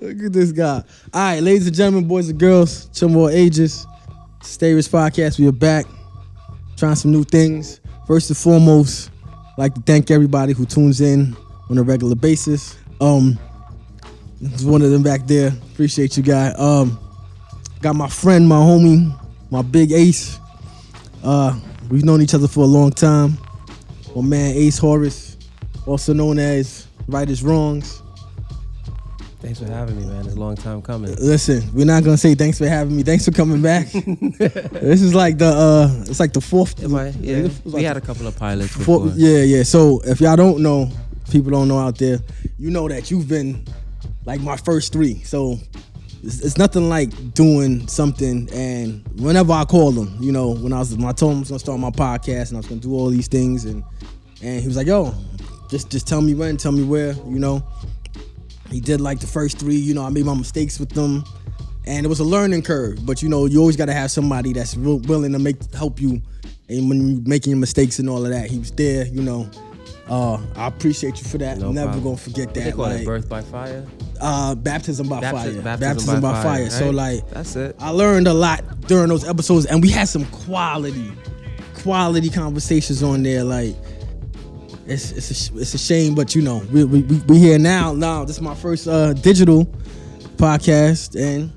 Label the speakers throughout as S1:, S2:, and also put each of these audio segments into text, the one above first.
S1: Look at this guy. All right, ladies and gentlemen, boys and girls, two more ages. Stay Rich Podcast. We are back, trying some new things. First and foremost, I'd like to thank everybody who tunes in on a regular basis. Um, it's one of them back there. Appreciate you, guy. Um, got my friend, my homie, my big ace. Uh, we've known each other for a long time. My man, Ace Horace, also known as Right is Wrongs.
S2: Thanks for having me, man. It's a long time coming.
S1: Listen, we're not gonna say thanks for having me. Thanks for coming back. this is like the uh it's like the fourth.
S2: Am I?
S1: it
S2: Yeah,
S1: was like
S2: we had a couple of pilots
S1: the
S2: before.
S1: fourth- yeah, yeah. So if y'all don't know, people don't know out there, you know that you've been like my first three. So it's, it's nothing like doing something and whenever I called him, you know, when I was when I told him I was gonna start my podcast and I was gonna do all these things and and he was like, yo, just just tell me when, tell me where, you know. He did like the first three, you know, I made my mistakes with them. And it was a learning curve, but you know, you always got to have somebody that's real willing to make help you, and when you making your mistakes and all of that, he was there. You know, uh, I appreciate you for that.
S2: No
S1: Never
S2: problem.
S1: gonna forget
S2: They
S1: that.
S2: call it
S1: Like,
S2: birth by fire.
S1: uh, baptism by fire.
S2: Bapti-
S1: Baptism by, fire. So
S2: right?
S1: like,
S2: that's it.
S1: I learned a lot during those episodes, and we had some quality, quality conversations on there. Like, it's it's a, sh- it's a shame, but you know, we we, we we here now. Now this is my first uh, digital podcast, and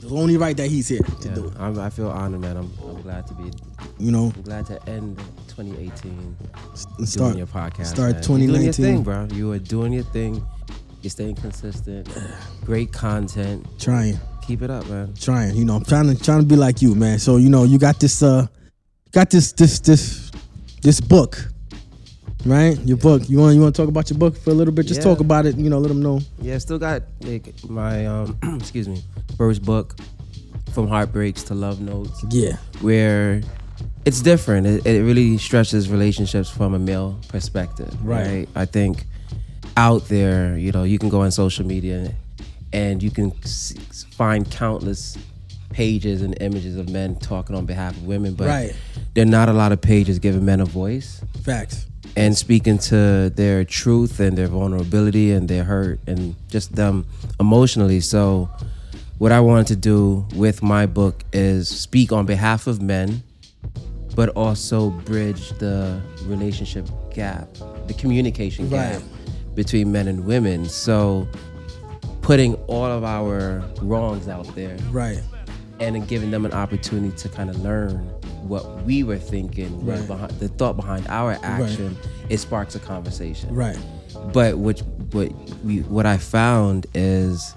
S1: it's only right that he's here to
S2: Yeah,
S1: do it.
S2: I'm, I feel honored, man. I'm, I'm glad to be.
S1: You know,
S2: I'm glad to end 2018
S1: and
S2: doing
S1: start
S2: your podcast.
S1: start
S2: man. You're Doing your
S1: 2019.
S2: thing, bro. You are doing your thing. You're staying consistent. Great content.
S1: trying.
S2: Keep it up, man.
S1: trying. You know, I'm trying to trying to be like you, man. So you know, you got this uh, got this this this this book, right? Your book. You want you want to talk about your book for a little bit? Just
S2: Yeah.
S1: talk about it. You know, let them know.
S2: Yeah, still got like my um, excuse me, first book, from heartbreaks to love notes.
S1: Yeah,
S2: where it's different. It, it really stretches relationships from a male perspective,
S1: Right.
S2: right. I think out there, you know, you can go on social media and you can s- s- find countless pages and images of men talking on behalf of women, but
S1: Right.
S2: there are not a lot of pages giving men a voice
S1: facts.
S2: and speaking to their truth and their vulnerability and their hurt and just them emotionally. So, what I wanted to do with my book is speak on behalf of men, but also bridge the relationship gap, the communication gap between men and women. So, putting all of our wrongs out there
S1: Right,
S2: and then giving them an opportunity to kind of learn what we were thinking, what
S1: Right.
S2: behind, the thought behind our action, it sparks a conversation.
S1: right,
S2: But which what we what I found is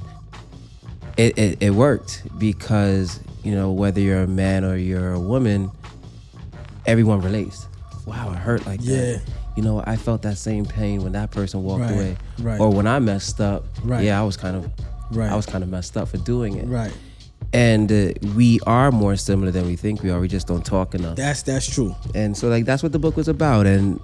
S2: it, it it worked because you know whether you're a man or you're a woman, everyone relates. Wow, it hurt like
S1: Yeah.
S2: that. You know, I felt that same pain when that person walked
S1: Right,
S2: away,
S1: right.
S2: or when I messed up.
S1: Right.
S2: Yeah, I was kind of,
S1: Right.
S2: I was kind of messed up for doing it
S1: right.
S2: and uh, we are more similar than we think we are. We just don't talk enough.
S1: That's that's true.
S2: and so, like, that's what the book was about. And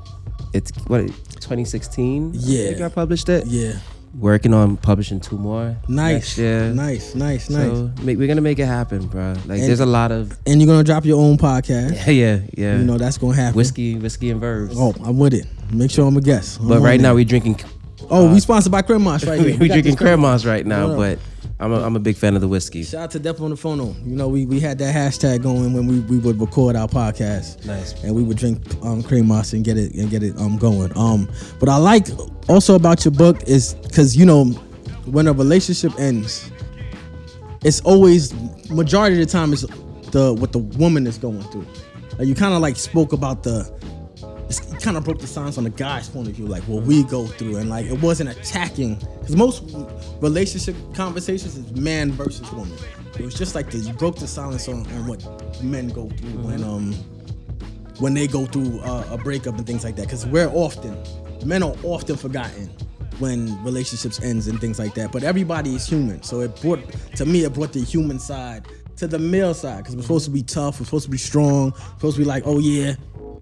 S2: it's what 2016.
S1: Yeah.
S2: I, think I published it.
S1: Yeah,
S2: Working on publishing two more.
S1: nice,
S2: Next year.
S1: nice, nice, nice.
S2: So make, we're gonna make it happen, bro. Like,
S1: And-
S2: there's a lot of
S1: and you're gonna drop your own podcast.
S2: yeah, yeah, yeah.
S1: You know that's gonna happen.
S2: whiskey, whiskey and verbs.
S1: Oh, I'm with it. Make sure I'm a guest. I'm
S2: but
S1: on
S2: right
S1: it.
S2: now we're drinking.
S1: oh, we sponsored by Cremosh right here.
S2: we're
S1: got this
S2: drinking Cremons right now,
S1: Hold on.
S2: but I'm a, I'm a big fan of the whiskey.
S1: Shout out to Death on the Phone. though. You know, we, we had that hashtag going when we, we would record our podcast.
S2: Nice.
S1: And we would drink um Cremos and get it and get it um going. Um but I like also about your book is cause you know, when a relationship ends, it's always majority of the time is the what the woman is going through. Like, you kinda like spoke about the it's- it kind of broke the silence on the guy's point of view, like what we go through, and like it wasn't attacking. Because most relationship conversations is man versus woman. It was just like this, you broke the silence on, on what men go through when um when they go through uh, a breakup and things like that. Because we're often men are often forgotten when relationships ends and things like that. But everybody is human, so it brought to me it brought the human side to the male side because we're supposed to be tough, we're supposed to be strong, we're supposed to be like, oh yeah,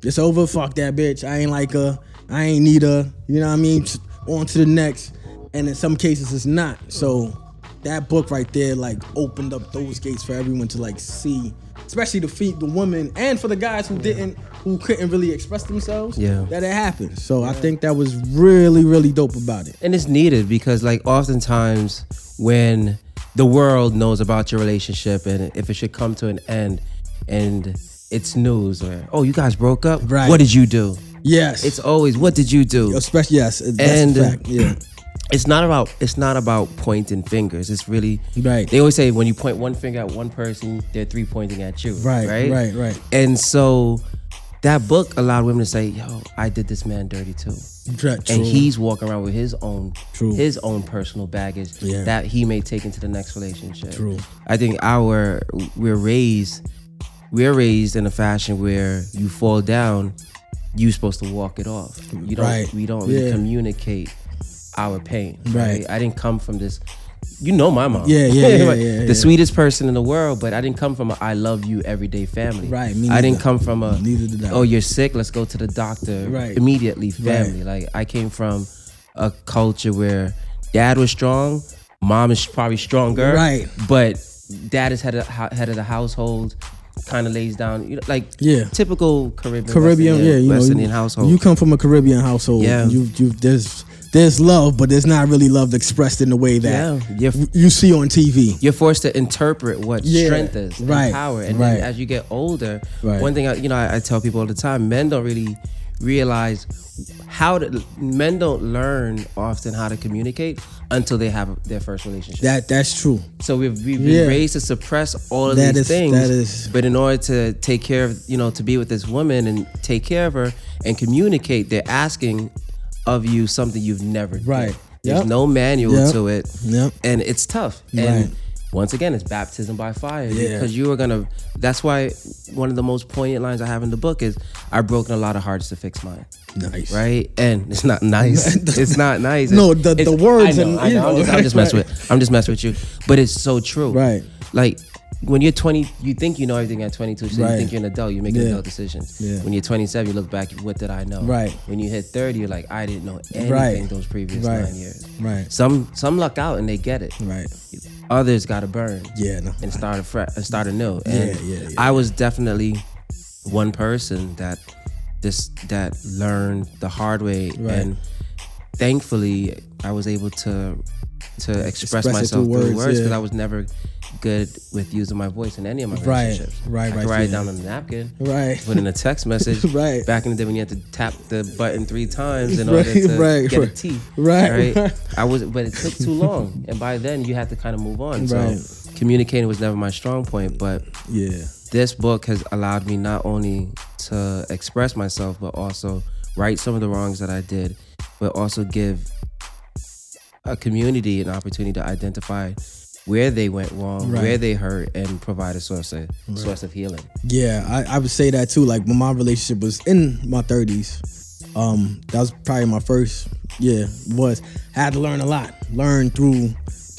S1: it's over, fuck that bitch, I ain't like her, I ain't need her, you know what I mean? On to the next, and in some cases it's not. So that book right there like opened up those gates for everyone to like see especially the feet the woman and for the guys who didn't who couldn't really express themselves,
S2: Yeah.
S1: that it happened. So I think that was really, really dope about it.
S2: and it's needed because like oftentimes when the world knows about your relationship and if it should come to an end and it's news or oh you guys broke up
S1: Right.
S2: what did you do
S1: Yes,
S2: it's always what did you do
S1: especially yes, that's
S2: And-
S1: a fact. Yeah,
S2: it's not about it's not about pointing fingers it's really
S1: Right.
S2: they always say when you point one finger at one person they're three pointing at you
S1: Right,
S2: right
S1: right, right.
S2: and so that book allowed women to say yo i did this man dirty too
S1: Dre- true.
S2: and he's walking around with his own
S1: True.
S2: his own personal baggage
S1: Yeah.
S2: that he may take into the next relationship.
S1: True.
S2: I think our we're raised we're raised in a fashion where you fall down, you're supposed to walk it off. You don't
S1: Right.
S2: we don't really
S1: Yeah.
S2: communicate our pain.
S1: Right.
S2: I didn't come from this you know my mom.
S1: Yeah, yeah, yeah,
S2: Like,
S1: yeah,
S2: the
S1: yeah.
S2: sweetest person in the world, but I didn't come from a I love you everyday family.
S1: Right, me
S2: I didn't
S1: neither.
S2: come from a
S1: Neither did I.
S2: oh you're sick, let's go to the doctor
S1: Right.
S2: immediately family. Like I came from a culture where dad was strong, mom is probably stronger,
S1: Right.
S2: But dad is head of ho- head of the household, kind of lays down, you know, like
S1: Yeah.
S2: typical Caribbean West
S1: Caribbean,
S2: Indian-
S1: yeah, you
S2: West
S1: know,
S2: Indian
S1: you,
S2: household.
S1: you come from a Caribbean household.
S2: Yeah.
S1: you you there's there's love, but there's not really love expressed in the way that
S2: yeah, you're,
S1: you see on TV.
S2: you're forced to interpret what
S1: Yeah,
S2: strength is, and
S1: right,
S2: power, and
S1: right.
S2: then as you get older,
S1: Right.
S2: one thing I, you know I, I tell people all the time: men don't really realize how to. Men don't learn often how to communicate until they have their first relationship.
S1: That that's true.
S2: So we've, we've
S1: Yeah.
S2: been raised to suppress all of
S1: That
S2: these
S1: is-
S2: things.
S1: that is-
S2: But in order to take care of, you know, to be with this woman and take care of her and communicate, they're asking of you something you've never
S1: Right.
S2: Did. There's
S1: Yep.
S2: no manual
S1: Yep.
S2: to it.
S1: Yep.
S2: And it's tough. And
S1: Right.
S2: once again, it's baptism by fire.
S1: Yeah.
S2: Because you are gonna that's why one of the most poignant lines I have in the book is I've broken a lot of hearts to fix mine.
S1: Nice.
S2: Right? And it's not nice. it's not nice.
S1: No,
S2: It's-
S1: the- the
S2: it's-
S1: words
S2: I know,
S1: and-
S2: I
S1: you
S2: know. I'm
S1: know,
S2: just, I'm
S1: right,
S2: just messing
S1: right.
S2: with I'm just messing with you. But it's so true.
S1: Right.
S2: Like when you're 20, you think you know everything at 22, so you
S1: Right.
S2: think you're an adult, you make
S1: Yeah.
S2: adult decisions.
S1: Yeah.
S2: When you're 27, you look back, what did I know?
S1: Right.
S2: When you hit 30, you're like, I didn't know anything
S1: Right.
S2: those previous
S1: Right.
S2: nine years.
S1: Right.
S2: Some some luck out and they get it.
S1: Right.
S2: Others got to burn
S1: Yeah. No.
S2: and start afresh and start anew. And
S1: Yeah, yeah, yeah.
S2: I was definitely one person that this that learned the hard way,
S1: Right.
S2: and thankfully I was able to to express,
S1: Express it
S2: myself
S1: through
S2: through words
S1: words,
S2: because
S1: yeah.
S2: I was never good with using my voice in any of my
S1: Right,
S2: relationships.
S1: right,
S2: I could
S1: right,
S2: write it
S1: yeah.
S2: down on a napkin.
S1: Right.
S2: Put in a text message.
S1: Right.
S2: Back in the day when you had to tap the button three times in order
S1: Right,
S2: to
S1: right,
S2: get a
S1: right.
S2: T.
S1: Right, right.
S2: I was, but it took too long, and by then you had to kind of move on.
S1: Right.
S2: So communicating was never my strong point, but
S1: Yeah.
S2: this book has allowed me not only to express myself, but also right some of the wrongs that I did, but also give a community an opportunity to identify where they went wrong,
S1: Right.
S2: where they hurt, and provide a source of source of healing.
S1: Yeah, I, I would say that too. Like when my relationship was in my thirties, um, that was probably my first. Yeah, was had to learn a lot. Learn through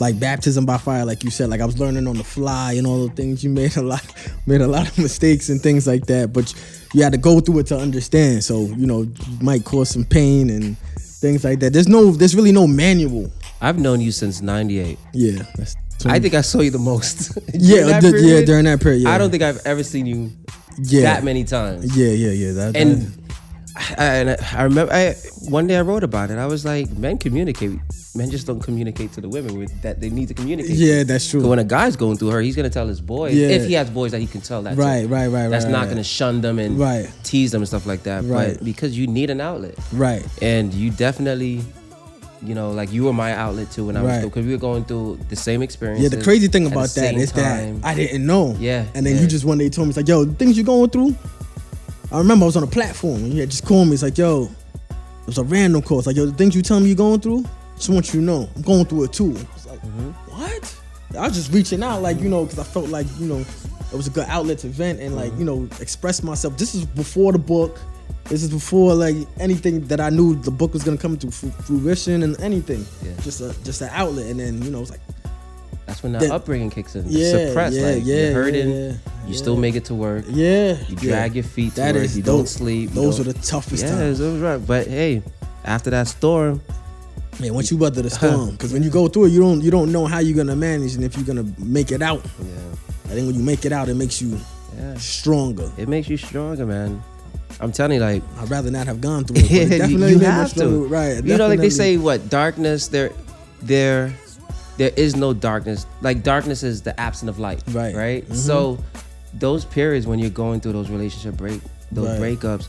S1: like baptism by fire, like you said. Like I was learning on the fly and all the things. You made a lot, made a lot of mistakes and things like that. But you had to go through it to understand. So you know, you might cause some pain and things like that. There's no, there's really no manual.
S2: I've known you since '98.
S1: Yeah, that's
S2: I think I saw you the most. During
S1: yeah,
S2: that
S1: th- yeah,
S2: period,
S1: during that period. Yeah.
S2: I don't think I've ever seen you
S1: yeah,
S2: that many times.
S1: Yeah, yeah, yeah. That,
S2: and I, and I- I remember I one day I wrote about it. I was like, men communicate. Men just don't communicate to the women with, that they need to communicate. to.
S1: yeah, that's true.
S2: So when a guy's going through her, he's gonna tell his boys
S1: Yeah.
S2: if he has boys that he can tell that. to.
S1: Right, right, right,
S2: That's
S1: right,
S2: not
S1: right.
S2: gonna shun them and
S1: Right.
S2: tease them and stuff like that.
S1: Right.
S2: But because you need an outlet,
S1: Right.
S2: and you definitely, you know, like you were my outlet too when I was
S1: Right.
S2: because we were going through the same experience.
S1: Yeah, the crazy thing about that is that I didn't know.
S2: Yeah,
S1: And then
S2: yeah.
S1: you just one day told me, it's like, yo, the things you're going through. I remember I was on a platform and you had just called me. It's like, yo, it was a random call. It's like, yo, the things you tell me you're going through, just want you to know, I'm going through it too. It's like,
S2: Mm-hmm.
S1: what? I was just reaching out, like, you know, because I felt like, you know, it was a good outlet to vent and,
S2: Mm-hmm.
S1: like, you know, express myself. This is before the book. This is before like anything that I knew the book was gonna come to fu- fruition and anything.
S2: Yeah.
S1: Just a just an outlet, and then you know it's like
S2: That's when the,
S1: That-
S2: upbringing kicks in.
S1: Yeah,
S2: Suppressed.
S1: yeah,
S2: like
S1: yeah,
S2: you're hurting.
S1: yeah, yeah,
S2: you still make it to work.
S1: Yeah.
S2: You drag your feet to
S1: That
S2: work.
S1: is
S2: you don't
S1: dope.
S2: sleep. you
S1: Those
S2: don't-
S1: are the toughest
S2: yeah,
S1: times.
S2: those are right. But hey, after that storm,
S1: Man, once you weather the storm, because when you go through it, you don't you don't know how you're gonna manage and if you're gonna make it out.
S2: yeah,
S1: I think when you make it out, it makes you
S2: yeah,
S1: stronger.
S2: it makes you stronger, man. I'm telling you, like
S1: I'd rather not have gone through it. But it definitely
S2: you
S1: made me
S2: have to.
S1: struggle, right? it
S2: You know, like they
S1: definitely-
S2: say, what darkness there, there, there is no darkness. Like darkness is the absence of light.
S1: Right. Mm-hmm.
S2: Right. So those periods when you're going through those relationship break, those
S1: Right.
S2: breakups,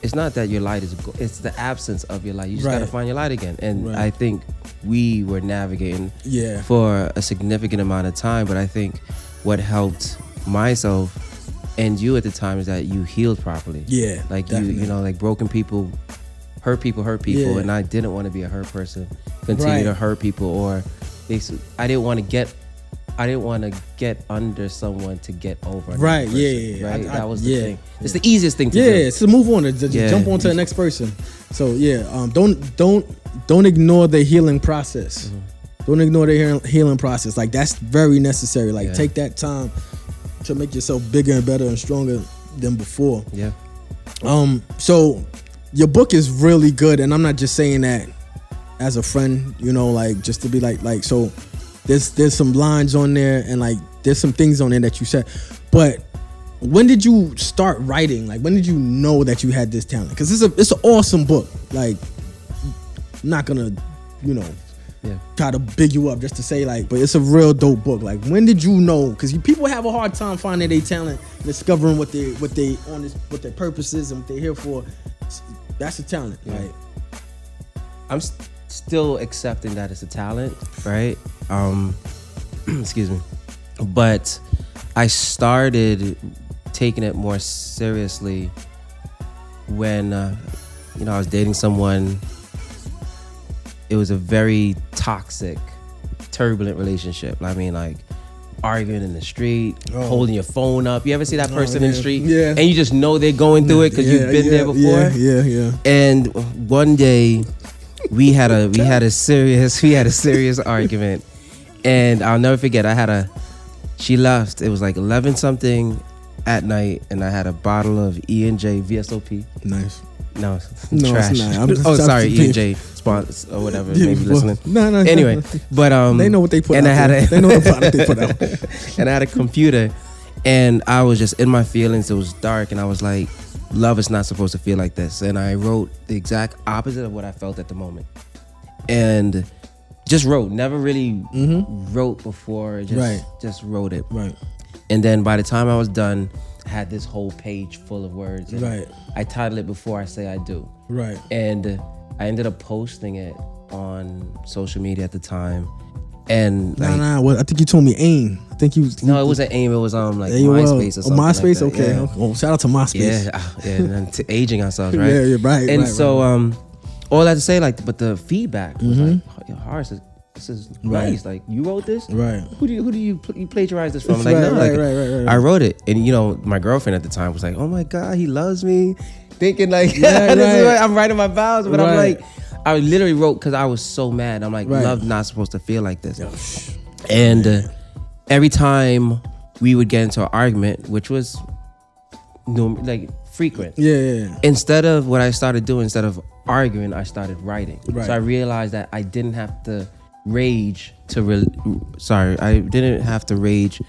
S2: it's not that your light is. go- It's the absence of your light. You just
S1: Right.
S2: gotta find your light again. And
S1: Right.
S2: I think we were navigating
S1: Yeah.
S2: for a significant amount of time. But I think what helped myself and you at the time is that you healed properly.
S1: Yeah,
S2: Like you,
S1: definitely.
S2: you know, like broken people hurt people hurt people,
S1: Yeah.
S2: and I didn't want to be a hurt person. Continue
S1: Right.
S2: to hurt people, or they, s- I didn't want to get. I didn't want to get under someone to get over. another
S1: Right, yeah,
S2: person,
S1: yeah, yeah.
S2: Right.
S1: I- I-
S2: that was the
S1: yeah.
S2: thing. It's the easiest thing to
S1: yeah,
S2: do.
S1: so move on to just
S2: Yeah.
S1: jump on to the next person. So yeah, um, don't don't don't ignore the healing process.
S2: Mm-hmm.
S1: Don't ignore the healing, healing process. Like that's very necessary. Like
S2: Yeah.
S1: take that time to make yourself bigger and better and stronger than before.
S2: Yeah.
S1: Um, so your book is really good, and I'm not just saying that as a friend, you know, like just to be like, like so. There's there's some lines on there, and like there's some things on there that you said, but when did you start writing? Like when did you know that you had this talent? Because it's a it's an awesome book. Like I'm not gonna, you know.
S2: Yeah.
S1: Try to big you up just to say like, but it's a real dope book. Like, when did you know? Because people have a hard time finding their talent, discovering what they what they on this what their purpose is and what they're here for. That's a talent, right?
S2: I'm st- still accepting that it's a talent, right? Um, excuse me, but I started taking it more seriously when uh, you know I was dating someone. It was a very toxic, turbulent relationship. I mean, like arguing in the street,
S1: Oh.
S2: holding your phone up. You ever see that
S1: Oh,
S2: person in the
S1: yeah.
S2: street,
S1: Yeah.
S2: and you just know they're going through it because you've been there before.
S1: Yeah, yeah, yeah.
S2: And one day we had a we had a serious we had a serious argument. And I'll never forget I had a she left. It was like eleven something at night and I had a bottle of E and J VSOP.
S1: Nice.
S2: No, it's
S1: No, it's
S2: trash.
S1: not. I'm just-
S2: oh,
S1: I'm
S2: sorry,
S1: just
S2: E and J sponsor or whatever,
S1: Yeah,
S2: maybe
S1: well,
S2: listening.
S1: no, no, it's
S2: Anyway,
S1: not-
S2: but um
S1: They know what they put
S2: and
S1: out.
S2: I had
S1: there.
S2: a
S1: they know the product they put out.
S2: and I had a computer, and I was just in my feelings. It was dark, and I was like, "Love is not supposed to feel like this." And I wrote the exact opposite of what I felt at the moment, and just wrote. Never really wrote before. Just,
S1: Mm-hmm. Right.
S2: Just wrote it.
S1: Right.
S2: And then by the time I was done, I had this whole page full of words. and
S1: Right.
S2: I titled it "Before I Say I Do."
S1: Right.
S2: and I ended up posting it on social media at the time, and
S1: Nah,
S2: like,
S1: nah. What I think you told me aim. I think you.
S2: no, it wasn't AIM. It was um like
S1: AOL.
S2: MySpace or
S1: Oh,
S2: something. like
S1: MySpace.
S2: that.
S1: okay.
S2: Yeah.
S1: okay. Well, shout out to MySpace.
S2: Yeah, ah, yeah, and then to aging ourselves, right?
S1: Yeah, yeah, right,
S2: And
S1: right,
S2: so, um, all that to say, like, but the feedback was
S1: Mm-hmm.
S2: like, "Yo, Horace, this is nice. Like, you wrote this,
S1: Right.
S2: Who do you who do you, pl- you plagiarize this from?
S1: Right,
S2: Like, no,
S1: right,
S2: like,
S1: right, right, right, right.
S2: I wrote it, and you know, my girlfriend at the time was like, "Oh my god, he loves me," thinking like,
S1: Yeah,
S2: this is
S1: right.
S2: what I'm writing my vows, but I'm
S1: Right.
S2: like, I literally wrote because I was so mad. I'm like,
S1: Right.
S2: love not supposed to feel like this. And uh, every time we would get into an argument, which was num- like frequent,
S1: Yeah. yeah,
S2: instead of what I started doing, instead of arguing, I started writing.
S1: Right.
S2: So I realized that I didn't have to rage to re- sorry, I didn't have to rage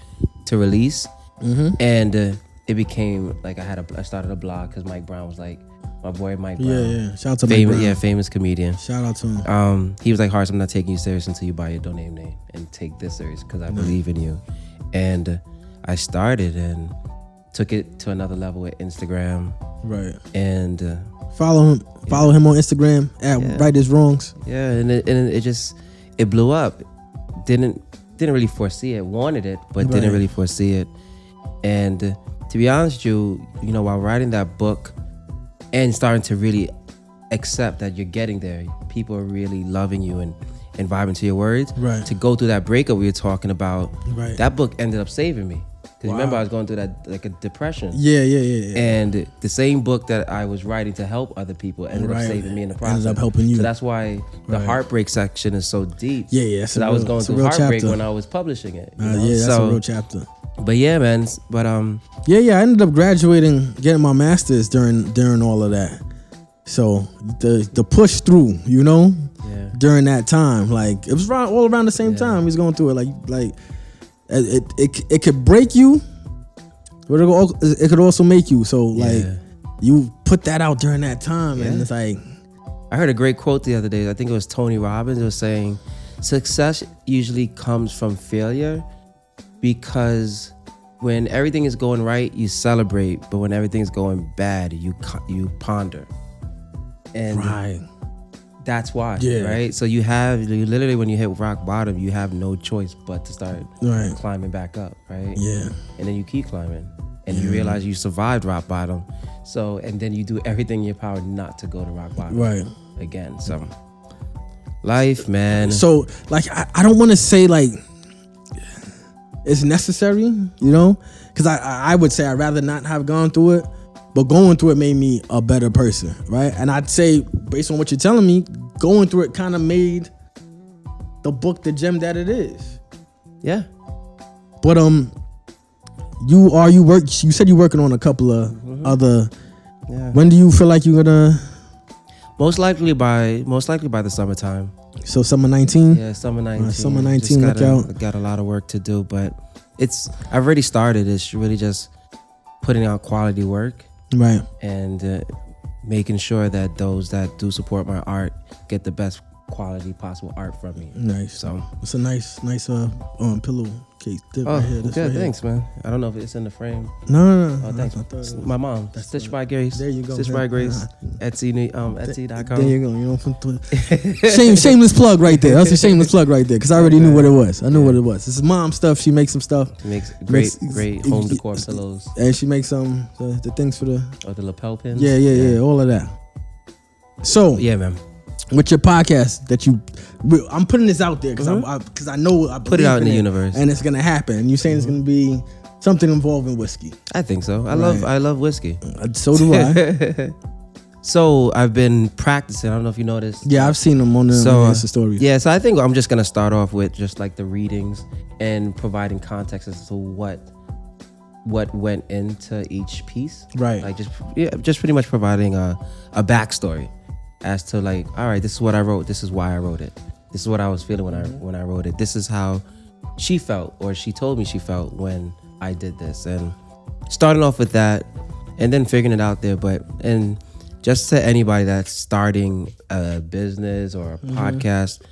S2: to release,
S1: Mm-hmm.
S2: and uh, it became like I had a I started a blog because Mike Brown was like my boy Mike
S1: Yeah. Yeah.
S2: Brown,
S1: yeah. Shout out to Mike
S2: famous
S1: Brown.
S2: yeah famous comedian.
S1: Shout out to him.
S2: Um, he was like, "Horace, I'm not taking you serious until you buy your domain name and take this serious because I believe in you." And uh, I started and took it to another level with Instagram
S1: Right.
S2: and. Uh,
S1: Follow him. Follow him on Instagram at
S2: Yeah.
S1: Right Is Wrongs.
S2: Yeah, and it, and it just it blew up. Didn't didn't really foresee it. Wanted it, but
S1: Right.
S2: didn't really foresee it. And uh, to be honest, with you you know, while writing that book and starting to really accept that you're getting there, people are really loving you and and vibing to your words.
S1: Right.
S2: To go through that breakup we were talking about,
S1: Right.
S2: that book ended up saving me. Cause
S1: Wow.
S2: remember I was going through that like a depression.
S1: Yeah. Yeah. Yeah. yeah.
S2: And the same book that I was writing to help other people ended
S1: Right.
S2: up saving me in the
S1: Ended
S2: process.
S1: up helping you.
S2: So that's why the
S1: Right.
S2: heartbreak section is so deep.
S1: Yeah, yeah, it's a
S2: Because I was
S1: real-
S2: going
S1: it's a
S2: through
S1: real
S2: heartbreak
S1: chapter.
S2: when I was publishing it. you
S1: Uh,
S2: know?
S1: yeah, that's
S2: so,
S1: a real chapter.
S2: But yeah, man. s- But um,
S1: Yeah, yeah. I ended up graduating, getting my master's during during all of that. So the the push through, you know,
S2: Yeah.
S1: during that time, like it was around, all around the same time. He was going through it, like like it it it, it could break you, but it could al- it could also make you. So like
S2: Yeah.
S1: you put that out during that time, and
S2: Yeah.
S1: it's like
S2: I heard a great quote the other day. I think it was Tony Robbins was saying, "Success usually comes from failure because when everything is going right, you celebrate, but when everything's going bad, you co- you ponder." And
S1: right,
S2: that's why,
S1: Yeah.
S2: right? So you have you literally when you hit rock bottom, you have no choice but to start
S1: Right.
S2: climbing back up, right?
S1: yeah,
S2: and then you keep climbing and you realize you survived rock bottom so and then you do everything in your power not to go to rock bottom
S1: right.
S2: again so life man
S1: So like I, I don't want to say like it's necessary, you know, because I I I would say I'd rather not have gone through it, but going through it made me a better person, right? And I'd say based on what you're telling me, going through it kind of made the book the gem that it is.
S2: yeah
S1: But um, you are you work? You said you're working on a couple of
S2: Mm-hmm.
S1: other.
S2: yeah
S1: When do you feel like you're gonna?
S2: most likely by most likely by the summertime
S1: So summer 19.
S2: yeah summer 19
S1: Hmm? summer
S2: Just
S1: 19, look
S2: gotta-
S1: out.
S2: got a lot of work to do but it's i've already started it's really just putting out quality work
S1: Right.
S2: and uh, making sure that those that do support my art get the best quality possible art from me
S1: Nice.
S2: so
S1: It's a nice, nice uh um pillow case. Dip
S2: Oh,
S1: right here.
S2: good.
S1: This right here.
S2: thanks, man. I don't know if it's in the frame.
S1: No, no, no.
S2: Oh,
S1: no,
S2: thanks.
S1: I thought it was-
S2: My mom. Stitch by Grace.
S1: There you go,
S2: Stitch
S1: man.
S2: by Grace.
S1: Uh-huh.
S2: Etsy. ne- Um,
S1: There
S2: Etsy.com.
S1: you go. You know, from Twitter. Shame, shameless plug right there. That's a shameless plug right there. Cause I already knew what it was. I knew what it was. It's mom stuff. She makes some stuff,
S2: Makes great,
S1: Makes-
S2: great home decor pillows.
S1: and she makes um the, the things for the
S2: Or the lapel pins.
S1: yeah, yeah, yeah, all of that. So
S2: Yeah, man.
S1: with your podcast that you, I'm putting this out there because I because I, know I
S2: Put it out in the
S1: believe
S2: universe.
S1: and it's gonna happen. You saying it's gonna be something involving whiskey.
S2: I think so. I love, I love whiskey.
S1: Uh, So do I.
S2: So I've been practicing. I don't know if you noticed.
S1: yeah, I've seen them on the,
S2: So
S1: on the
S2: uh,
S1: Insta stories.
S2: yeah, so I think I'm just gonna start off with just like the readings and providing context as to what what went into each piece.
S1: Right.
S2: Like just yeah, just pretty much providing a a backstory as to like, all right, this is what I wrote. This is why I wrote it. This is what I was feeling when
S1: Mm-hmm.
S2: I when I wrote it. This is how she felt or she told me she felt when I did this and starting off with that and then figuring it out there but and just to anybody that's starting a business or a
S1: Mm-hmm.
S2: podcast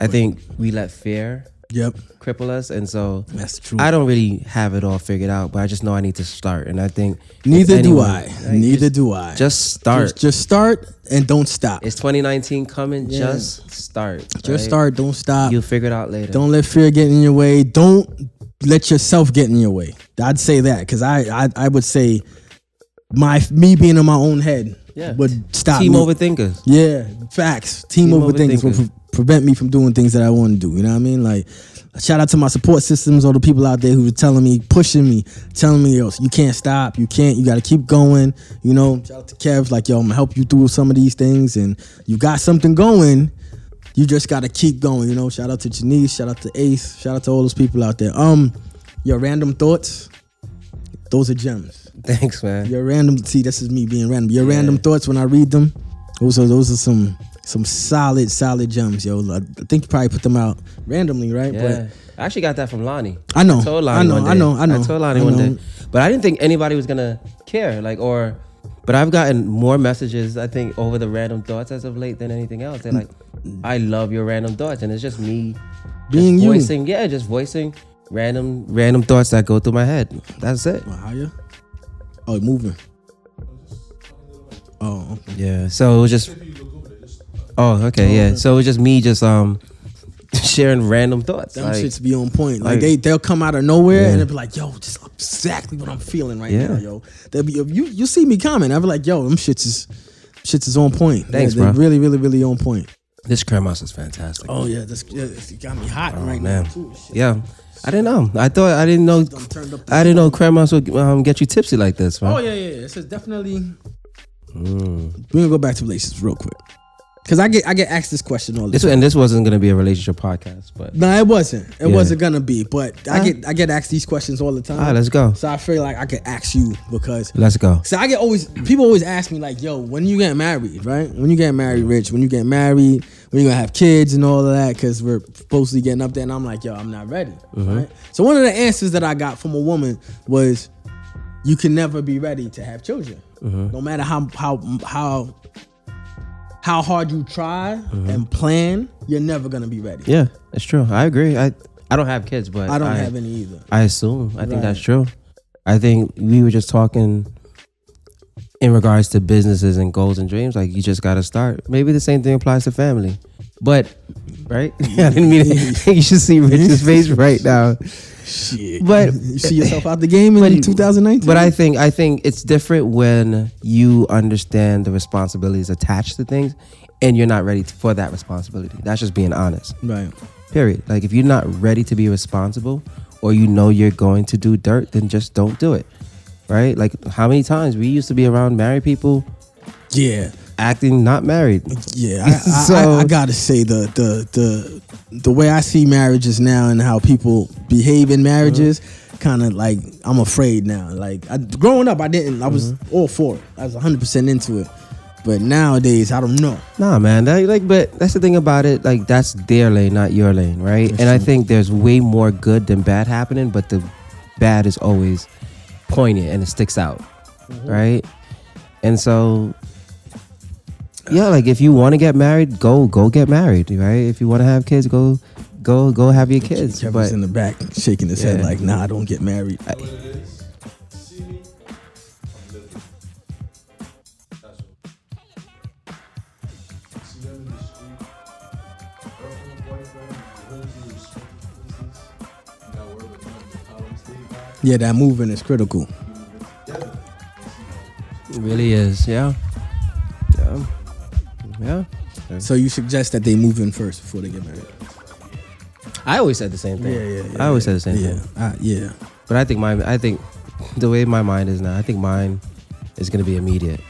S2: i think we let fear
S1: Yep,
S2: cripple us and so
S1: that's true.
S2: i don't really have it all figured out but i just know i need to start and i think with
S1: Neither do
S2: anyone,
S1: I.
S2: like,
S1: Neither
S2: just,
S1: do I.
S2: just start
S1: Just, just start and don't stop.
S2: it's 2019 coming just start
S1: just
S2: right?
S1: start, don't stop.
S2: you'll figure it out later
S1: Don't let fear get in your way. Don't let yourself get in your way. I'd say that because I, I I would say my me being in my own head
S2: Yeah.
S1: would stop
S2: team
S1: me.
S2: overthinkers
S1: Yeah, facts. Team, over things will
S2: overthinker.
S1: pre- prevent me from doing things that I want to do. You know what I mean? Like, shout out to my support systems, all the people out there who were telling me, pushing me, telling me, yo, you can't stop, you can't, you got to keep going. You know, shout out to Kev, like, yo, I'm gonna help you through some of these things, and you got something going. You just gotta keep going. You know, shout out to Janice, shout out to Ace, shout out to all those people out there. Um, your random thoughts, those are gems.
S2: thanks man
S1: Your random see, this is me being random. Your random thoughts when I read them, those are those are some some solid solid gems, yo. I think you probably put them out randomly, right?
S2: Yeah. I actually got that from Lonnie.
S1: I know.
S2: told Lonnie
S1: I know,
S2: one day.
S1: I know, I know,
S2: told Lonnie
S1: I
S2: one
S1: know.
S2: day. But I didn't think anybody was gonna care. Like or but I've gotten more messages, I think, over the random thoughts as of late than anything else. They're like, I love your random thoughts. And it's just me
S1: But being
S2: just
S1: you,
S2: voicing, yeah, just voicing random random thoughts that go through my head. That's it.
S1: Mahaya. Oh, it moving. Oh, okay.
S2: Yeah. So it was just Oh, okay, yeah. So it was just me just um sharing random thoughts.
S1: them
S2: like,
S1: shits be on point. Like,
S2: like-
S1: they they'll come out of nowhere
S2: Yeah.
S1: and they'll be like, yo, just exactly what I'm feeling right
S2: Yeah.
S1: now, yo. They'll be you you see me comment. I'll be like, yo, them shits is shits is on point.
S2: Thanks,
S1: yeah, they
S2: bro.
S1: Really, really, really on point.
S2: this cremouse is fantastic.
S1: Oh yeah, this yeah, it's got me hot right
S2: Oh, man.
S1: now too. Shit.
S2: Yeah, I didn't know. I thought I didn't know.
S1: I'm turned up.
S2: I didn't know Kremlin would um, get you tipsy like this, man.
S1: Oh yeah, yeah. yeah. This is definitely. We're gonna go back to relations real quick, cause I get I get asked this question all the
S2: This
S1: time.
S2: and this wasn't gonna be a relationship podcast, but
S1: No, it wasn't. It
S2: Yeah.
S1: wasn't gonna be, but I get I get asked these questions all the time.
S2: all right, ah, let's go.
S1: so I feel like I could ask you because
S2: Let's go.
S1: so I get always people always ask me like, yo, when you get married, right? When you get married, Rich, when you get married, when you gonna have kids and all of that, cause we're supposedly getting up there,
S2: Uh-huh.
S1: and I'm like, yo, I'm not ready. Right? So one of the answers that I got from a woman was, you can never be ready to have children.
S2: Uh-huh.
S1: No matter how how how how hard you try
S2: Uh-huh.
S1: and plan, you're never gonna be ready.
S2: Yeah, that's true. I agree. I I don't have kids, but
S1: I don't have any either.
S2: I assume. I think
S1: Right.
S2: that's true. I think we were just talking in regards to businesses and goals and dreams. Like you just got to start. Maybe the same thing applies to family, but right? I didn't mean. To, you should see Rich's face right now.
S1: Shit.
S2: But-
S1: you see yourself out the game in
S2: But-
S1: 2019.
S2: But I think I think it's different when you understand the responsibilities attached to things, and you're not ready for that responsibility. That's just being honest.
S1: right.
S2: Period. Like if you're not ready to be responsible or you know you're going to do dirt, then just don't do it. Right? Like how many times we used to be around married people
S1: Yeah.
S2: acting not married.
S1: Yeah, I,
S2: So-
S1: I, I, I gotta say the the the the way I see marriages now and how people behave in marriages, kind of like I'm afraid now. Like I, growing up, I didn't. I was all for it. I was 100 percent into it. But nowadays, I don't know.
S2: Nah, man. That, like but that's the thing about it. Like that's their lane, not your lane, right? And I think there's way more good than bad happening, but the bad is always poignant and it sticks out. Right? And so yeah, like if you want to get married, go go get married, right? If you want to have kids, go go go have your kids.
S1: Kevin's
S2: But
S1: in the back shaking his head
S2: Yeah.
S1: like, "Nah, I don't get married." yeah, that movement is critical.
S2: it really is, yeah. Yeah. Yeah.
S1: So you suggest that they move in first before they get married.
S2: I always said the same thing. I always said the same
S1: yeah,
S2: thing.
S1: uh, yeah.
S2: But I think my I think the way my mind is now, I think mine is gonna be immediate.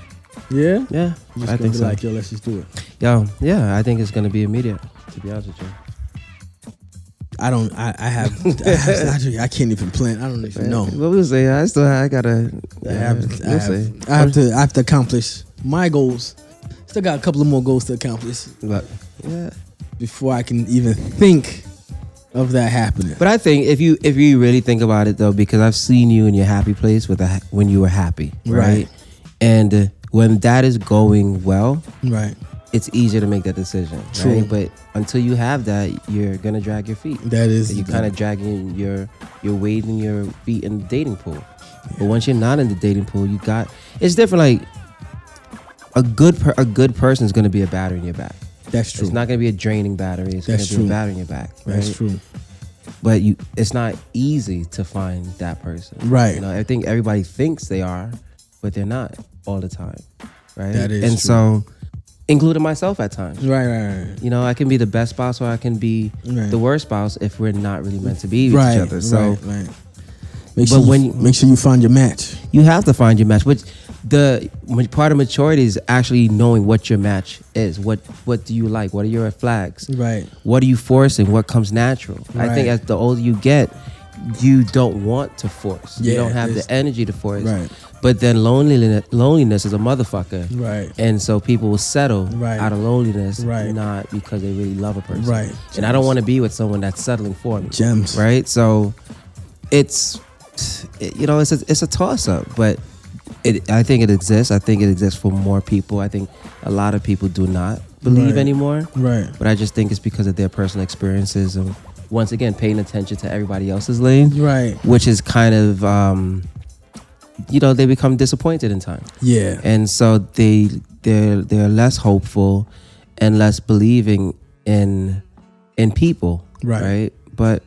S1: Yeah?
S2: Yeah,
S1: Just
S2: I
S1: gonna
S2: think
S1: be
S2: so.
S1: like, yo, let's just do it.
S2: Yo, yeah, I think it's gonna be immediate. To be honest with you,
S1: I don't. I, I have. I, have surgery. I can't even plan. I don't even know.
S2: What we say? I still I gotta.
S1: I have,
S2: yeah,
S1: I,
S2: we'll see.
S1: have, I have to. I have to accomplish my goals. Still got a couple of more goals to accomplish
S2: But yeah,
S1: before I can even think of that happening.
S2: but I think if you if you really think about it though, because I've seen you in your happy place with a, ha- when you were happy, right?
S1: Right.
S2: And uh, when that is going well,
S1: Right.
S2: it's easier to make that decision.
S1: True.
S2: Right? But until you have that, you're gonna drag your feet.
S1: That is.
S2: you kind of dragging your you're waving your feet in the dating pool but once you're not in the dating pool you got it's different like a good per, a good person is going to be a battery in your back
S1: That's true.
S2: it's not going to be a draining battery it's going
S1: That's
S2: to be a
S1: true.
S2: battery in your back right?
S1: That's true.
S2: but you it's not easy to find that person
S1: Right.
S2: you know i think everybody thinks they are but they're not all the time right
S1: That is
S2: and
S1: true.
S2: so including myself at times
S1: Right. Right. Right.
S2: you know, I can be the best spouse or I can be
S1: Right.
S2: the worst spouse if we're not really meant to be with
S1: right,
S2: each other. So
S1: right, right. Make sure
S2: when
S1: when you,
S2: you-
S1: make sure you find your match.
S2: you have to find your match. Which the ma- part of maturity is actually knowing what your match is. What what do you like? What are your red flags?
S1: Right.
S2: What are you forcing? What comes natural? I
S1: Right.
S2: think as the older you get, you don't want to force. you
S1: Yeah,
S2: don't have the
S1: it's-
S2: energy to force.
S1: Right.
S2: But then loneliness loneliness is a motherfucker.
S1: Right.
S2: And so people will settle
S1: Right.
S2: out of loneliness,
S1: Right.
S2: not because they really love a person.
S1: Right.
S2: And I don't want to be with someone that's settling for me.
S1: Gems.
S2: Right. So it's it- you know it's a, it's a toss up, but it I think it exists. I think it exists for more people. I think a lot of people do not believe
S1: Right.
S2: anymore.
S1: Right.
S2: But I just think it's because of their personal experiences and once again paying attention to everybody else's lane,
S1: Right.
S2: which is kind of um, you know they become disappointed in time
S1: Yeah.
S2: and so they they're they're less hopeful and less believing in in people
S1: Right.
S2: but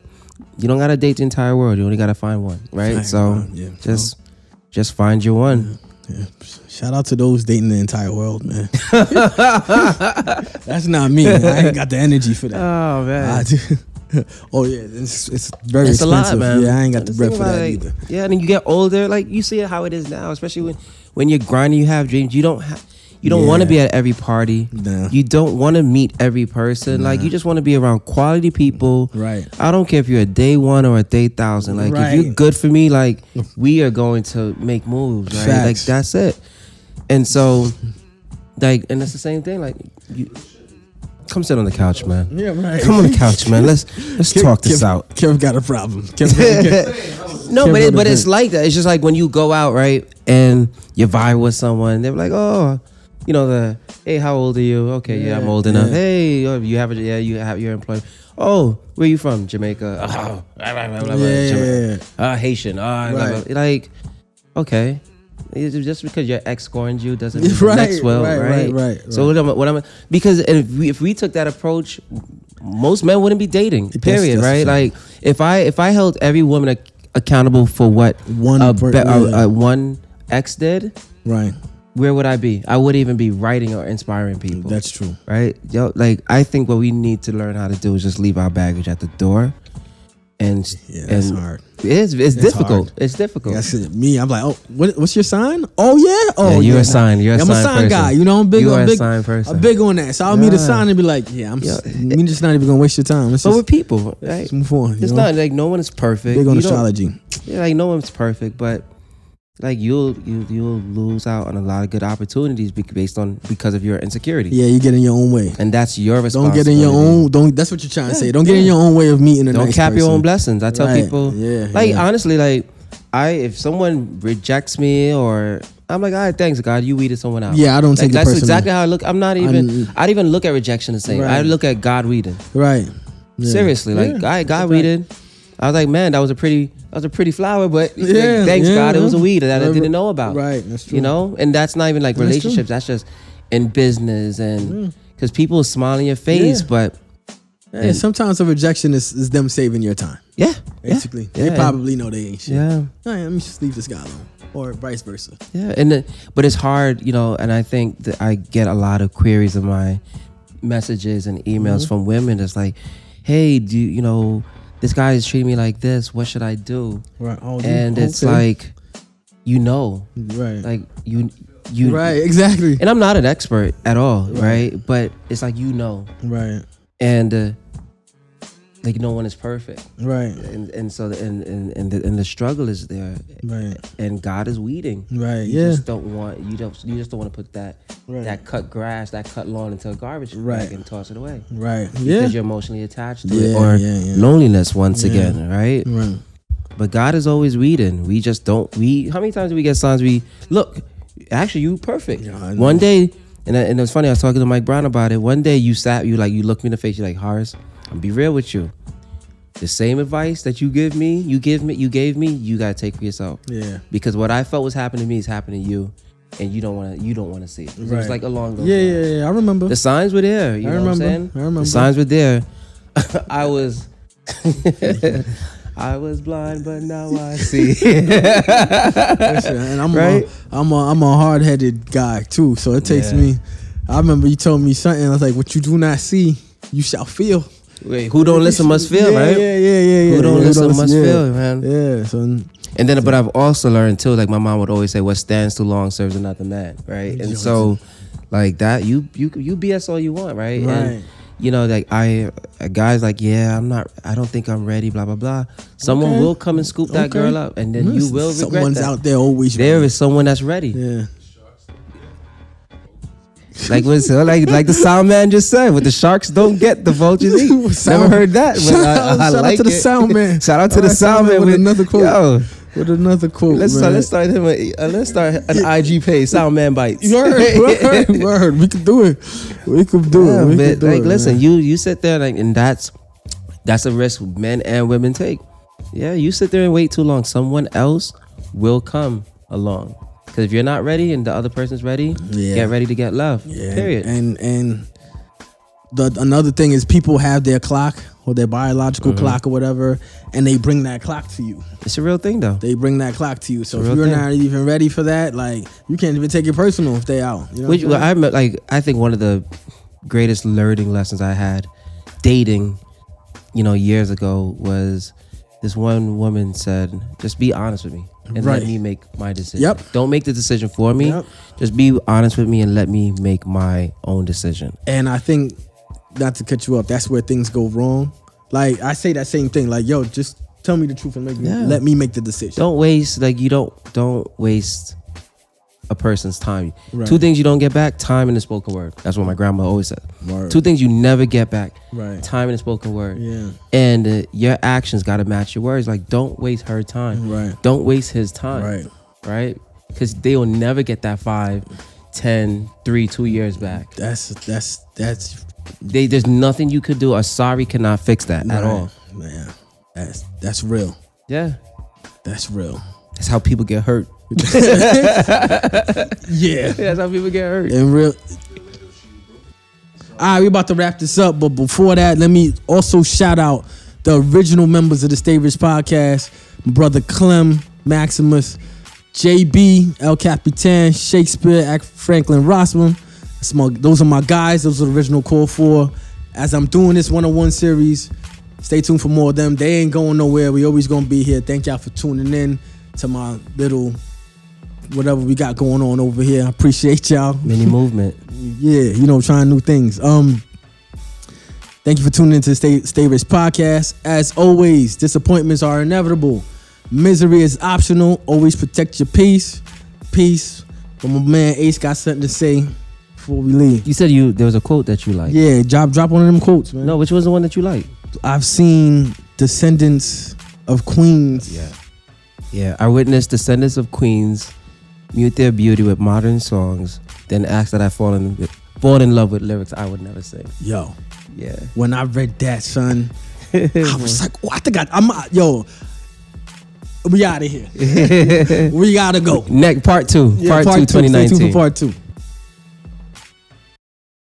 S2: you don't gotta date the entire world you only gotta find one right
S1: Find
S2: so
S1: one, yeah.
S2: just just find your one
S1: Yeah. Shout out to those dating the entire world, man. That's not me. I ain't got the energy for that.
S2: oh
S1: I do. oh yeah, it's, it's very
S2: it's a lot
S1: expensive.
S2: man
S1: Yeah, I ain't got the
S2: Just
S1: bread
S2: think
S1: for
S2: about
S1: that
S2: it,
S1: either.
S2: like, yeah and then you get older like you see how it is now especially when when you're grinding you have dreams you don't have you don't want to
S1: Yeah.
S2: be at every party
S1: Nah.
S2: you don't want to meet every person like you just want to be around quality people
S1: Right.
S2: I don't care if you're a day one or a day thousand. Like if you're
S1: Right.
S2: good for me, like we are going to make moves, right? Like
S1: Facts.
S2: that's it. And so, like, and it's the same thing. Like you come sit on the couch, man.
S1: Yeah, right.
S2: Come on the couch, man. Let's let's
S1: Kev-
S2: talk this
S1: Kev-
S2: out.
S1: Kev got a problem. Kev, Kev,
S2: No,
S1: Can't
S2: but
S1: go
S2: it,
S1: to
S2: but it's
S1: drink.
S2: like that. It's just like when you go out, right, and you vibe with someone. They're like, oh, you know the hey, how old are you? Okay, yeah, I'm
S1: Yeah,
S2: old enough.
S1: yeah.
S2: Hey, oh, you have a yeah, you have your employee. Oh, where you from? Jamaica. Oh, blah, blah, blah, blah, blah,
S1: Yeah,
S2: Jamaica.
S1: yeah,
S2: Ah, Haitian. Ah, blah,
S1: Right.
S2: blah. like okay. It's Just because your ex scorned you doesn't mean the
S1: Right,
S2: next will,
S1: right,
S2: right,
S1: right, right,
S2: So what I'm, what I'm because if we, if we took that approach, most men wouldn't be dating.
S1: That's-
S2: Period.
S1: that's a
S2: right?
S1: fact.
S2: Like like if I if I held every woman ac- accountable for what
S1: One
S2: a,
S1: per-
S2: be- a-
S1: yeah.
S2: a one ex did,
S1: Right.
S2: where would I be? I wouldn't even be writing or inspiring people.
S1: That's true.
S2: right. Yo, like I think what we need to learn how to do is just leave our baggage at the door, and
S1: Yeah, that's
S2: and
S1: hard.
S2: It is. It's, difficult.
S1: hard.
S2: It's difficult.
S1: That's it. me. I'm like, oh, what, what's your sign? Oh yeah, oh
S2: Yeah, you're
S1: yeah.
S2: a sign. You're a
S1: Yeah, I'm
S2: sign
S1: a sign
S2: person.
S1: guy. You know, I'm big.
S2: You
S1: on
S2: are a
S1: big,
S2: sign person.
S1: I'm big on that. So I'll meet
S2: Yeah.
S1: a sign and be like, yeah, I'm. s-
S2: Yeah.
S1: I'm just not even gonna waste your time. Let's
S2: But
S1: just,
S2: we're people, right?
S1: just move on.
S2: It's
S1: you know?
S2: not like no one is perfect.
S1: big on
S2: You don't-
S1: astrology.
S2: Yeah, like no one's perfect, but like you'll you, you'll lose out on a lot of good opportunities bec- based on because of your insecurity,
S1: Yeah, you get in your own way.
S2: and that's your
S1: Don't
S2: responsibility.
S1: get in your own. Don't. That's what you're trying to say. Don't get in
S2: yeah.
S1: your own way of meeting a
S2: Don't
S1: nice
S2: cap your own
S1: person.
S2: blessings. I tell
S1: Right.
S2: people,
S1: Yeah,
S2: like
S1: yeah.
S2: honestly, like I if someone rejects me or I'm like, all right, thanks God, you weeded someone out.
S1: Yeah, I don't
S2: Like,
S1: take it
S2: that's
S1: personally.
S2: exactly how I look. I'm not even.
S1: I'm-
S2: I would even look at rejection the same. I
S1: Right.
S2: look at God weeding.
S1: Right. Yeah.
S2: Seriously, like
S1: Yeah.
S2: I God
S1: That's
S2: we
S1: right.
S2: did. I was like, man, that was a pretty, that was a pretty flower, but like,
S1: Yeah,
S2: thanks
S1: yeah,
S2: God, it
S1: yeah.
S2: was a weed that I
S1: Right,
S2: didn't know about.
S1: right, that's true.
S2: You know, and that's not even like
S1: That's true.
S2: relationships. That's just in business and because people smile in your face,
S1: Yeah.
S2: but
S1: Yeah, sometimes the rejection is, is them saving your time.
S2: yeah, yeah,
S1: Basically,
S2: yeah,
S1: they probably know they ain't shit.
S2: yeah,
S1: All right, let me just leave this guy alone, or vice versa.
S2: yeah. And the, but it's hard, you know. And I think that I get a lot of queries of my messages and emails
S1: Mm-hmm.
S2: from women. It's like, hey, do you, you know this guy is treating me like this? What should I do?
S1: Right. Oh, you-
S2: and it's
S1: okay.
S2: like you know
S1: right,
S2: like you you
S1: right, exactly,
S2: and i'm not an expert at all right, but it's like you know
S1: right,
S2: and uh, like no one is perfect
S1: right,
S2: and and so the, and and and the, and the struggle is there
S1: right,
S2: and god is weeding
S1: right.
S2: you
S1: Yeah,
S2: just don't want you don't you just don't want to put that
S1: Right.
S2: that cut grass that cut lawn into a garbage
S1: Right.
S2: bag and toss it away
S1: right.
S2: because
S1: Yeah,
S2: you're emotionally attached to it
S1: Yeah,
S2: or
S1: yeah, yeah.
S2: loneliness once
S1: Yeah.
S2: again right
S1: right.
S2: but God is always weeding. We just don't. We how many times do we get signs? We look. Actually, you perfect.
S1: Yeah, I know.
S2: One day, and I- and it was funny. I was talking to Mike Brown about it. One day, you sat. You like you looked me in the face. You like Horace. I'm be real with you. The same advice that you give me, you give me, you gave me, you gotta take for yourself.
S1: Yeah,
S2: Because what I felt was happening to me is happening to you, and you don't wanna, you don't wanna see it. It was
S1: Right.
S2: like along those
S1: yeah,
S2: lines.
S1: yeah, yeah. I remember.
S2: The signs were there. You
S1: I
S2: know
S1: remember,
S2: what I'm saying?
S1: I remember.
S2: The signs were there. I was. I was blind, but now I see.
S1: Listen, and I'm
S2: Right?
S1: a, I'm a I'm a hard headed guy too. So it takes
S2: Yeah.
S1: me. I remember you told me something. I was like, "What you do not see, you shall feel."
S2: Wait, who don't listen must feel,
S1: yeah,
S2: right?
S1: Yeah, yeah, yeah, yeah.
S2: Who don't
S1: yeah,
S2: listen must
S1: yeah.
S2: feel, man.
S1: Yeah. So
S2: And then, but I've also learned too. Like my mom would always say, "What stands too long serves another man," right? And so, like that, you you you BS all you want, right?
S1: Right.
S2: And, you know, like I, a guy's like, yeah, I'm not, I don't think I'm ready, blah blah blah. Someone
S1: Okay.
S2: will come and scoop that
S1: Okay.
S2: girl up, and then you will regret
S1: Someone's
S2: that.
S1: out there always.
S2: There is someone that's ready.
S1: Yeah.
S2: Like what's like like the sound man just said, what the sharks don't get, the vultures eat.
S1: Sound-
S2: Never heard that. But
S1: Shout
S2: I,
S1: out-
S2: I
S1: shout out
S2: like
S1: to the
S2: it.
S1: sound man.
S2: shout out to
S1: All
S2: the
S1: right,
S2: sound man with
S1: another quote.
S2: Yo,
S1: With another quote.
S2: let's start,
S1: man.
S2: let's start him. A, uh, let's start an IG page. Sound man bites.
S1: Word, word, word. We could do it. We could do
S2: Yeah,
S1: it. We
S2: but,
S1: could do
S2: like
S1: it,
S2: listen,
S1: man.
S2: you you sit there like, and that's that's a risk men and women take. Yeah, you sit there and wait too long. Someone else will come along. Because if you're not ready and the other person's ready,
S1: Yeah.
S2: get ready to get love.
S1: Yeah,
S2: Period.
S1: And and the another thing is people have their clock or their biological
S2: Mm-hmm.
S1: clock or whatever, and they bring that clock to you.
S2: it's a real thing though.
S1: They bring that clock to you. So if
S2: Real
S1: you're
S2: thing.
S1: not even ready for that, like you can't even take it personal if they out. You know
S2: Which
S1: what
S2: well,
S1: I'm saying?
S2: I'm like, I think one of the greatest learning lessons I had dating, you know, years ago was this one woman said, "Just be honest with me and
S1: Right.
S2: let me make my decision.
S1: Yep.
S2: Don't make the decision for me.
S1: Yep.
S2: Just be honest with me and let me make my own decision."
S1: and I think not to cut you up, that's where things go wrong. Like I say that same thing. Like yo, just tell me the truth and make me,
S2: Yeah.
S1: let me make the decision.
S2: Don't waste like you don't don't waste a person's time.
S1: Right.
S2: Two things you don't get back: time and the spoken word. That's what my grandma always said.
S1: Word.
S2: Two things you never get back:
S1: Right.
S2: time and the spoken word.
S1: Yeah.
S2: And uh, your actions got to match your words. Like, don't waste her time.
S1: Right.
S2: Don't waste his time.
S1: Right.
S2: Right. Because they'll never get that five, ten, three, two years back.
S1: That's that's that's
S2: They, there's nothing you could do. A sorry cannot fix that at all.
S1: Man, that's that's real.
S2: Yeah.
S1: That's real.
S2: That's how people get hurt.
S1: Yeah.
S2: That's how people get hurt.
S1: And real. All right, we about to wrap this up, but before that, let me also shout out the original members of the Stay Rich Podcast, brother Clem, Maximus, JB, El Capitan, Shakespeare, Ac- Franklin Rossman. That's my, those are my guys. Those are the original core four. As I'm doing this one-on-one series, stay tuned for more of them. They ain't going nowhere. We always gonna be here. Thank y'all for tuning in to my little whatever we got going on over here. I appreciate y'all
S2: Mini movement.
S1: yeah, you know, trying new things. Um, thank you for tuning into Stay Stay Rich podcast. As always, disappointments are inevitable. Misery is optional. Always protect your peace. Peace. But my man Ace got something to say before we leave.
S2: You said you there was a quote that you like.
S1: Yeah, drop drop one of them quotes, man.
S2: No, which was the one that you like?
S1: I've seen descendants of queens.
S2: Yeah. I witnessed descendants of queens mute their beauty with modern songs, then ask that I fall in fall in love with lyrics I would never sing.
S1: Yo,
S2: Yeah.
S1: when I read that, son, I was like, oh, I think I, I'm out- yo. We out of here. we gotta go.
S2: Neck part two.
S1: Yeah,
S2: part, two,
S1: Stay tuned
S2: 2019.
S1: for part two.